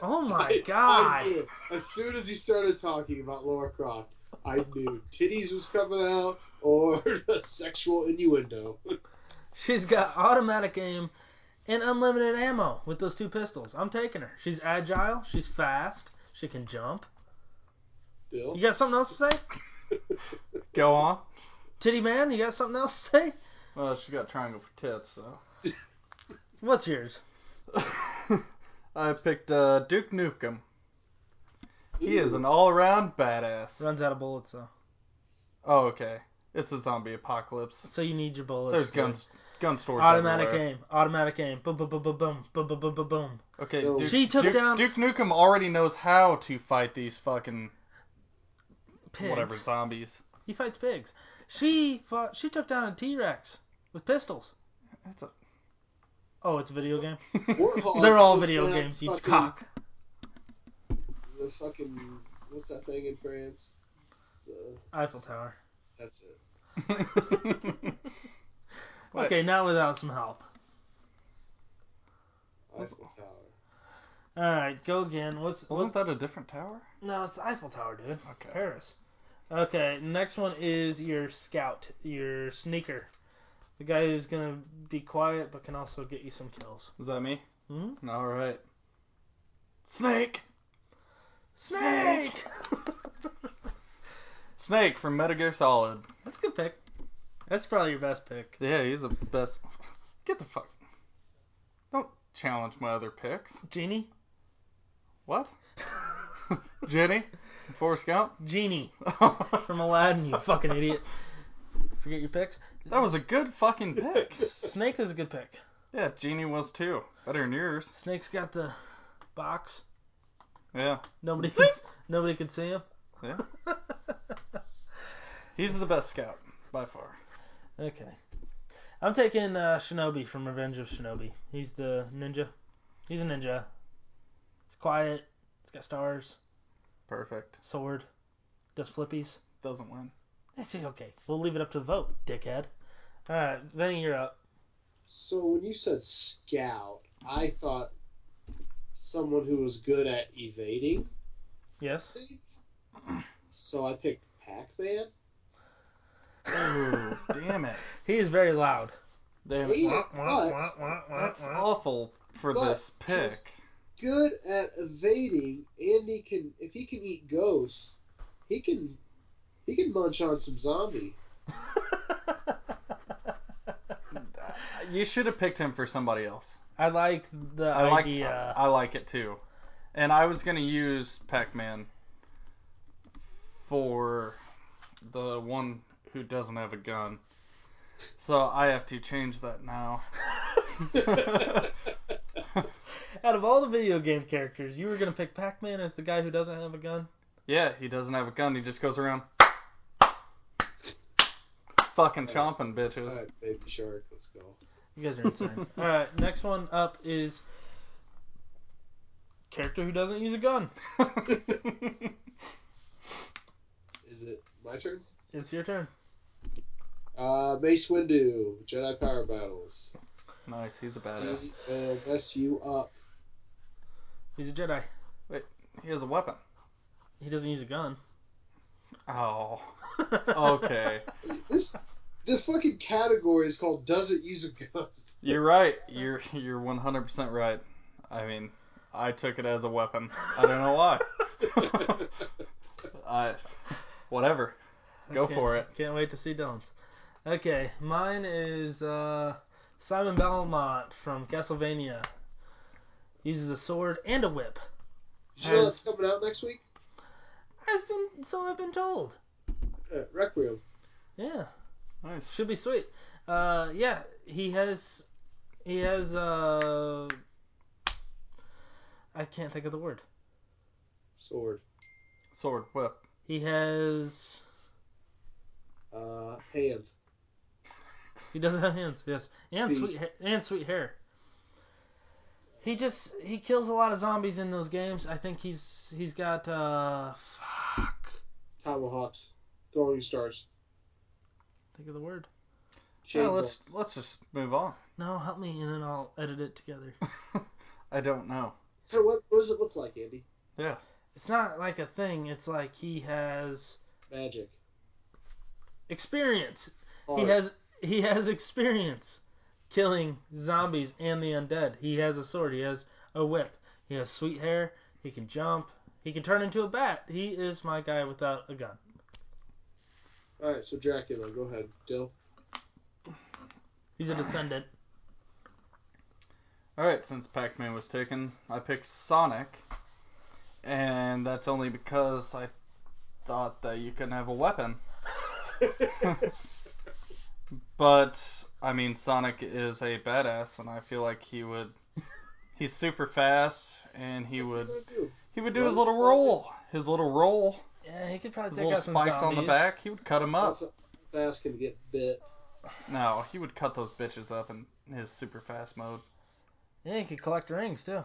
A: Oh
C: I-
A: my
C: I
A: god!
C: knew it. As soon as he started talking about Laura Croft, I knew titties was coming out or [laughs] a sexual innuendo. [laughs]
A: She's got automatic aim and unlimited ammo with those two pistols. I'm taking her. She's agile. She's fast. She can jump.
C: Bill,
A: You got something else to say?
B: Go on.
A: Titty man, you got something else to say?
B: Well, she got triangle for
A: [laughs]
B: tits, so.
A: What's yours?
B: I picked uh, Duke Nukem. He is
C: Ooh.
B: an all-around badass.
A: Runs out of bullets though,
B: Oh, okay. It's a zombie apocalypse.
A: so you need your bullets.
B: There's
A: dude.
B: guns, gun stores.
A: Automatic
B: everywhere.
A: aim. Automatic aim. Boom, boom, boom, boom, boom, boom, boom, boom, boom, boom.
B: Okay,
C: No.
B: Duke,
A: She took
B: Duke-
A: down-
B: Duke Nukem already knows how to fight these fucking
A: Pigs.
B: whatever zombies.
A: He fights pigs. She fought. She took down a T Rex with pistols.
B: That's a.
A: Oh, it's a video game.
B: [laughs]
C: Warthog
A: They're all
C: took
A: video
C: down
A: games. You
C: fucking-
A: cock.
C: The fucking what's that thing in France? The,
A: Eiffel Tower.
C: that's it.
B: What?
A: Okay, not without some help.
C: Eiffel Tower.
A: All right, go again. What's
B: Wasn't
A: what?
B: that a different tower?
A: No, it's the Eiffel Tower, dude.
B: Okay.
A: Paris. Okay, next one is your scout, your sneaker, the guy who's gonna be quiet but can also get you some kills.
B: Is that me?
A: Hmm?
B: All right. Snake.
A: Snake.
B: Snake from Metal Gear Solid.
A: That's a good pick. That's probably your best pick.
B: Yeah, he's the best. Get the fuck. Don't challenge my other picks.
A: Genie.
B: What? [laughs] Jenny? Forrest Gump? [laughs]
A: Genie
B: that
A: from Aladdin. You fucking idiot. Forget your picks.
B: was a good fucking pick.
A: Snake is a good pick.
B: Yeah, Genie was too. Better than yours.
A: Snake's got the box.
B: Yeah.
A: Nobody can, nobody can see him.
B: Yeah. He's the best scout by far.
A: Okay. I'm taking uh, Shinobi from Revenge of Shinobi. He's the ninja. He's a ninja. It's quiet. It's got stars,
B: Perfect.
A: sword, does flippies.
B: Doesn't win.
A: It's okay. We'll leave it up to the vote, dickhead. All right, Vinny, you're up.
C: So when you said scout, I thought someone who was good at evading [laughs]
A: Yes.
C: things. So I picked Pac-Man.
B: Oh, damn it.
A: He is very loud.
B: Damn
C: He
B: it.
C: is nuts.
B: That's awful for
C: But
B: this pick.
C: he's good at evading, and he can if he can eat ghosts, he can he can munch on some zombie. [laughs]
B: You should have picked him for somebody else. [laughs]
A: I like the
B: I like uh,
A: idea.
B: I, I like it too. And I was gonna use Pac Man for the one who doesn't have a gun. [laughs] So I have to change that now.
A: Out of all the video game characters, you were gonna pick Pac-Man as the guy who doesn't have a gun.
B: Yeah, he doesn't have a gun. He just goes around fucking chomping
C: All
B: bitches.
C: right, baby shark, let's go.
A: You guys are
B: [laughs]
A: insane. all right, next one up is character who doesn't use a gun.
C: Is it my turn?
A: It's your turn.
C: Uh, Mace Windu, Jedi Power Battles.
B: [laughs] nice, he's a badass.
C: He will mess you up.
A: He's a Jedi.
B: He has a weapon.
A: He doesn't use a gun. [laughs]
B: Oh, okay.
C: This, the fucking category is called "Doesn't Use a Gun." [laughs]
B: You're right. You're you're 100% right. I mean, I took it as a weapon. I don't know why. I whatever. Go
A: Can't-
B: for it.
A: Can't wait to see Dylan's. Okay, mine is uh, Simon Belmont from Castlevania. Uses a sword and a whip.
C: Did you know
A: Has-
C: that's coming out next week?
A: I've been so I've been told.
C: Uh, Requiem.
A: Yeah,
B: Nice.
A: should be sweet. Uh, yeah, he has he has uh, I can't think of the word.
C: Sword.
B: Sword, whip.
A: He has
C: Uh, hands.
A: He does have hands, yes, and
C: Feet.
A: sweet ha- and sweet hair. He just he kills a lot of zombies in those games. I think he's he's got uh fuck.
C: Tomahawks. Throwing stars.
A: Think of the word.
C: Chain
A: Oh,
B: Yeah, Uh, let's
C: bolts.
B: let's just move on. [laughs]
A: No, help me, and then I'll edit it together.
B: I don't know.
C: Hey, what, what does it look like, Andy?
A: It's not like a thing. It's like he has
C: Magic.
A: experience. He
C: Art.
A: has he has experience killing zombies and the undead. He has a sword. He has a whip. He has sweet hair. He can jump. He can turn into a bat. He is my guy without a gun.
C: All right, so Dracula. Go ahead,
A: [laughs]
C: Dill.
A: He's a descendant.
B: All right, since Pac-Man was taken, I picked Sonic, and that's only because I thought that you couldn't have a weapon. But I mean, Sonic is a badass, and I feel like he would. [laughs] He's super fast, and he
C: What's
B: would
C: gonna do?
B: he would do his
C: Run,
B: little
C: Sonic?
B: roll, his little roll,
A: Yeah, he could probably
B: his
A: take
B: little
A: out some
B: spikes on the
A: zombies.
B: back. He would cut
A: Oh.
B: him up.
C: His his ass can get bit.
B: No, he would cut those bitches up in his super fast mode.
A: Yeah, he could collect rings too.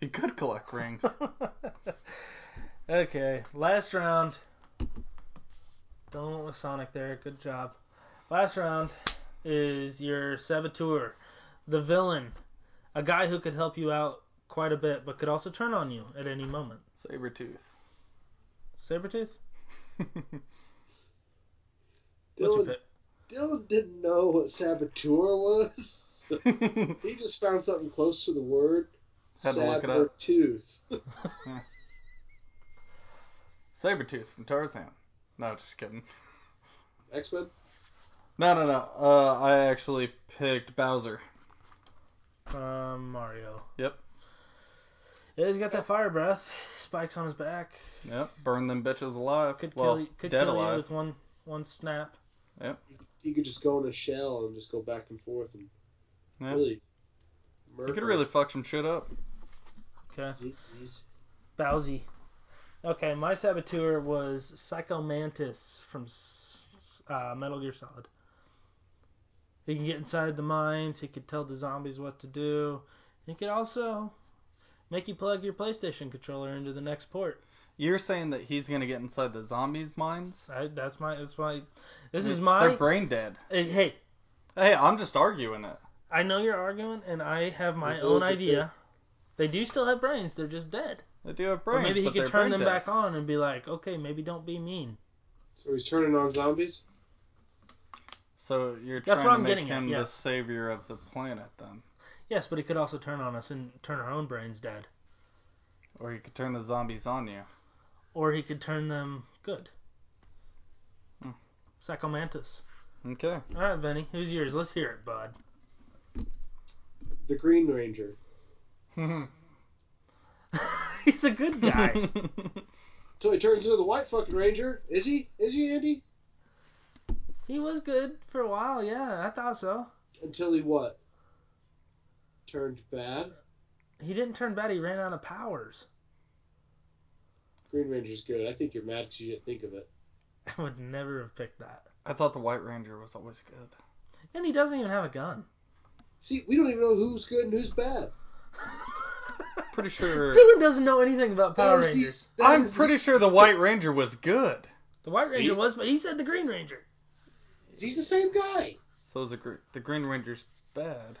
B: He could
A: [laughs]
B: collect rings.
A: okay, last round. Dylan went with Sonic there. Good job. Last round is your saboteur, the villain, a guy who could help you out quite a bit, but could also turn on you at any moment.
B: Sabretooth.
A: [laughs] Sabretooth? What's your
C: Dylan,
A: pick?
C: Dylan didn't know what saboteur was. [laughs] he just found something close to the word.
B: Had to look it up.
C: [laughs] Tooth.
B: Sabretooth from Tarzan. No, just kidding.
C: X Men.
B: No, no, no. Uh, I actually picked Bowser.
A: From Um, Mario.
B: Yep.
A: Yeah, he's got that fire breath. Spikes on his back.
B: Yep. Burn them bitches alive.
A: Could
B: well,
A: kill you, could
B: dead
A: kill you
B: alive.
A: with one one snap.
C: He could just go in a shell and just go back and forth and
B: Yeah.
C: really.
B: You could really fuck some shit up.
A: Okay.
C: Z's.
A: Bowsy. Okay, my saboteur was Psycho Mantis from S- uh, Metal Gear Solid. He can get inside the mines. He could tell the zombies what to do. He could also make you plug your PlayStation controller into the next port.
B: You're saying that he's gonna get inside the zombies' minds?
A: I, that's my. That's my. This is
B: They're-
A: my.
B: They're brain dead.
A: Hey, hey,
B: Hey, I'm just arguing it.
A: I know you're arguing, and I have my
C: Those
A: own
C: are
A: idea. They do still have brains. They're just dead.
B: They do have
A: Or
B: brains,
A: maybe he
B: but
A: could
B: they're
A: turn
B: brain
A: them
B: dead.
A: back on and be like, okay, maybe don't be mean.
C: So he's turning on zombies.
B: So you're
A: That's
B: trying
A: what
B: to
A: I'm
B: make
A: getting at,
B: him the
A: yes.
B: savior of the planet, then,
A: Yes, but he could also turn on us and turn our own brains dead.
B: or you could turn the zombies on you.
A: Or he could turn them good.
B: Hmm.
A: Psychomantis.
B: [laughs] Okay.
A: All right, Benny, who's yours? Let's hear it, bud. [laughs]
C: The Green Ranger.
A: He's a good
B: [laughs]
A: guy.
C: So he turns into the White fucking Ranger. Is he? Is he Andy?
A: he was good for a while, yeah, I thought so.
C: Until he what? turned bad.
A: He didn't turn bad. He ran out of powers. [laughs]
C: Green Ranger's good. I think you're mad 'cause you didn't think of it.
A: I would never have picked that.
B: I thought the White Ranger was always good.
A: And he doesn't even have a gun. [laughs]
C: See, we don't even know who's good and who's bad.
A: [laughs]
B: Pretty sure.
A: Dylan doesn't know anything about Power
C: That is the-
A: Rangers.
C: that
B: I'm
C: is the-
B: pretty sure the White Ranger was good.
A: The White
C: See?
A: Ranger was, but he said the Green Ranger.
C: He's the same guy.
B: So is the Gr- the Green Ranger's [laughs] bad.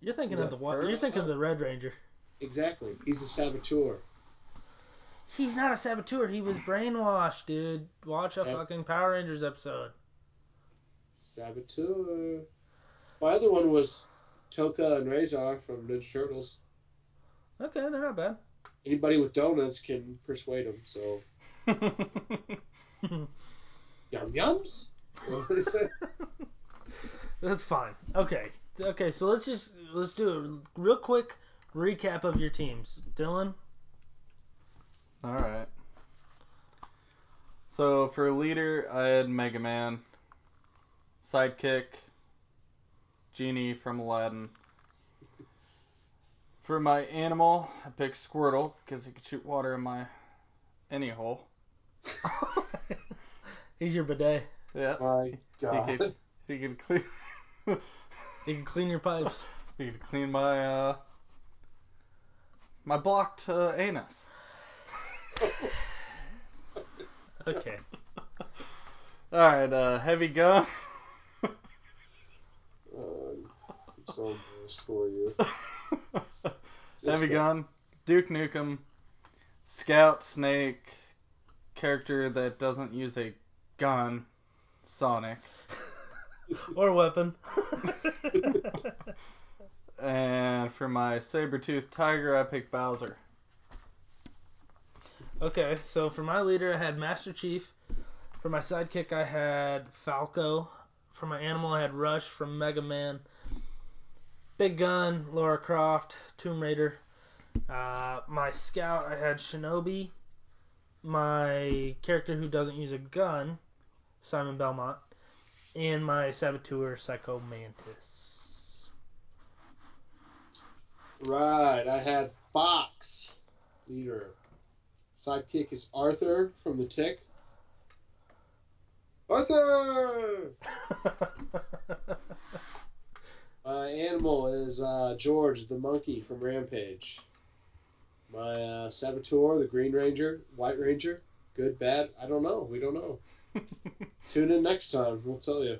A: You're thinking of
B: What,
A: the White.
B: first?
A: You're thinking of the Red Ranger.
C: Exactly. He's a saboteur.
A: He's not a saboteur. He was brainwashed, dude. Watch a
C: Yep.
A: fucking Power Rangers episode.
C: Saboteur. My other one was Toka and Razor from Ninja Turtles.
A: Okay, they're not bad. [laughs]
C: Anybody with donuts can persuade him. So yum yums. What was it?
A: That's fine. Okay. Okay, so let's just let's do a real quick recap of your teams. Dylan,
B: All right. So for leader, I had Mega Man, Sidekick, Genie from Aladdin. For my animal, I picked Squirtle because he could shoot water in my any hole.
A: he's your bidet.
B: Yeah,
C: [laughs] My
B: he
C: God.
B: could he could [laughs] clean
A: You can clean your pipes.
B: he could clean my uh my blocked uh, anus.
A: Okay.
B: All right, uh, heavy gun. [laughs]
C: Um, I'm so embarrassed for you. Just
B: Heavy
C: go.
B: Gun, Duke Nukem, Scout Snake, character that doesn't use a gun, Sonic,
A: Or weapon.
B: and for my saber-toothed tiger, I picked Bowser.
A: okay, so for my leader I had Master Chief. For my sidekick I had Falco. For my animal I had Rush from Mega Man. Big Gun, Laura Croft, Tomb Raider. Uh, my scout I had Shinobi. My character who doesn't use a gun, Simon Belmont. And my saboteur, Psycho [laughs] Mantis.
C: Right, I had Fox, leader. Sidekick is Arthur from The Tick. Arthur! My animal is uh, George the monkey from Rampage. My uh, saboteur, the Green Ranger, White Ranger. Good, bad, I don't know. We don't know. Tune in next time, we'll tell you.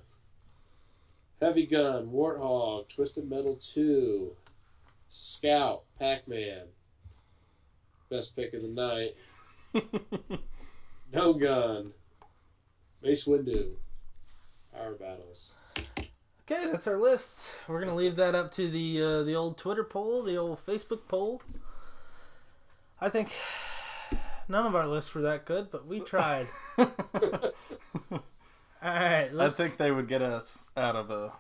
C: Heavy Gun, Warthog, Twisted Metal 2, Scout, Pac Man. Best pick of the night. No Gun, Mace Windu, Power Battles.
A: Okay, that's our list. We're gonna leave that up to the uh, the old Twitter poll, the old Facebook poll. I think none of our lists were that good, but we
B: [laughs]
A: tried. All right,
B: I
A: let's,
B: think they would get us out of a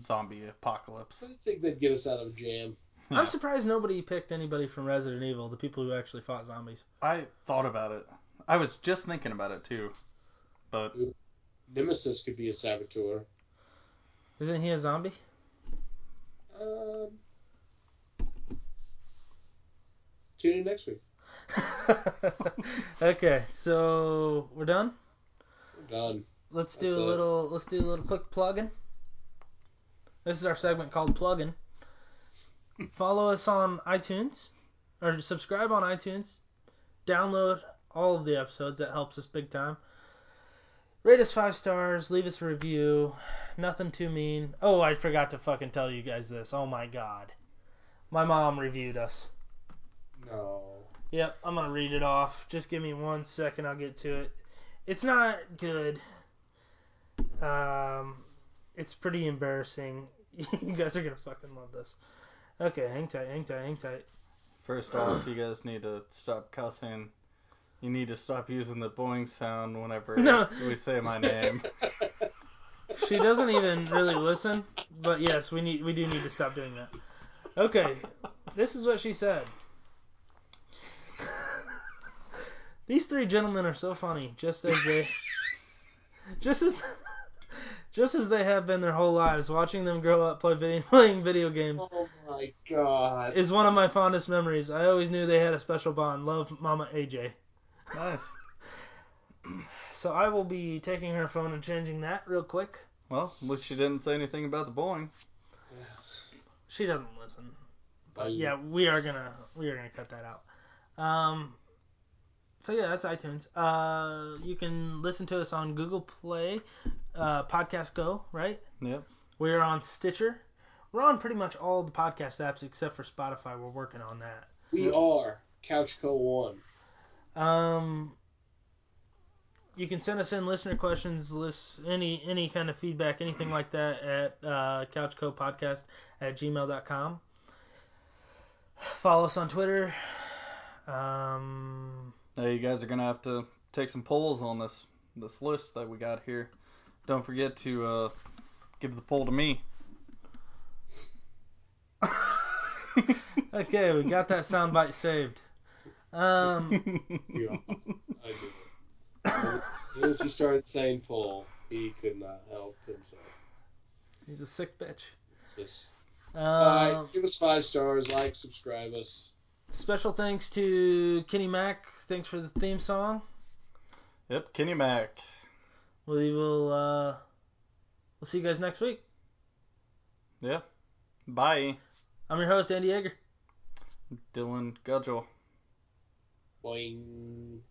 B: zombie apocalypse.
C: I think they'd get us out of a jam.
A: I'm surprised nobody picked anybody from Resident Evil, the people who actually fought zombies.
B: I thought about it. I was just thinking about it too, but
C: Nemesis could be a saboteur.
A: Isn't he a
B: [laughs]
A: zombie? [laughs]
C: Um, tune in next week.
A: okay, so we're done.
C: We're done.
A: Let's do
C: That's
A: a
C: it.
A: little. Let's do a little quick plugging. This is our segment called
C: [laughs]
A: plugging. Follow us on iTunes, or subscribe on iTunes. Download all of the episodes. That helps us big time. Rate us five stars. Leave us a review. Nothing too mean. Oh, I forgot to fucking tell you guys this. Oh my god, my mom reviewed us.
C: No.
A: Yep, I'm gonna read it off. Just give me one second, I'll get to it. It's not good. Um, it's pretty embarrassing. [laughs] you guys are gonna fucking love this. Okay, hang tight, hang tight, hang tight.
B: First off, you guys need to stop cussing. You need to stop using the boing sound whenever
A: No.
B: we say my
C: [laughs]
B: name.
A: She doesn't even really listen, but yes, we need we do need to stop doing that. Okay, this is what she said. These three gentlemen are so funny, just as they, just as, just as they have been their whole lives. Watching them grow up play video, playing video games
C: [laughs] Oh my god.
A: is one of my fondest memories. I always knew they had a special bond. Love, Mama AJ.
B: Nice.
A: So I will be taking her phone and changing that real quick.
B: Well, at least she didn't say anything about the boing.
A: She doesn't listen.
C: Bye.
A: But yeah, we are gonna we are gonna cut that out. Um, so yeah, that's iTunes. Uh, you can listen to us on Google Play, uh, Podcast Go, right?
B: Yep.
A: We are on Stitcher. We're on pretty much all the podcast apps except for Spotify. We're working on that.
C: We are Couch Co One.
A: Um, you can send us in listener questions, list any any kind of feedback, anything like that at uh, couchcopodcast at gmail.com. Follow us on Twitter. Um,
B: Now you guys are gonna have to take some polls on this this list that we got here. Don't forget to uh, give the poll to me. [laughs]
A: okay, we got that soundbite saved.
B: [laughs]
A: Um,
C: Yeah, I knew it. As soon as he started saying Paul, he could not help himself.
A: he's a sick bitch.
C: Just
A: Um,
C: Alright, give us five stars, like, subscribe us.
A: Special thanks to Kenny Mack. Thanks for the theme song.
B: Yep, Kenny Mac.
A: We will uh, we'll see you guys next week.
B: Bye,
A: I'm your host Andy Egger.
B: Dylan Gudgel.
C: Boing.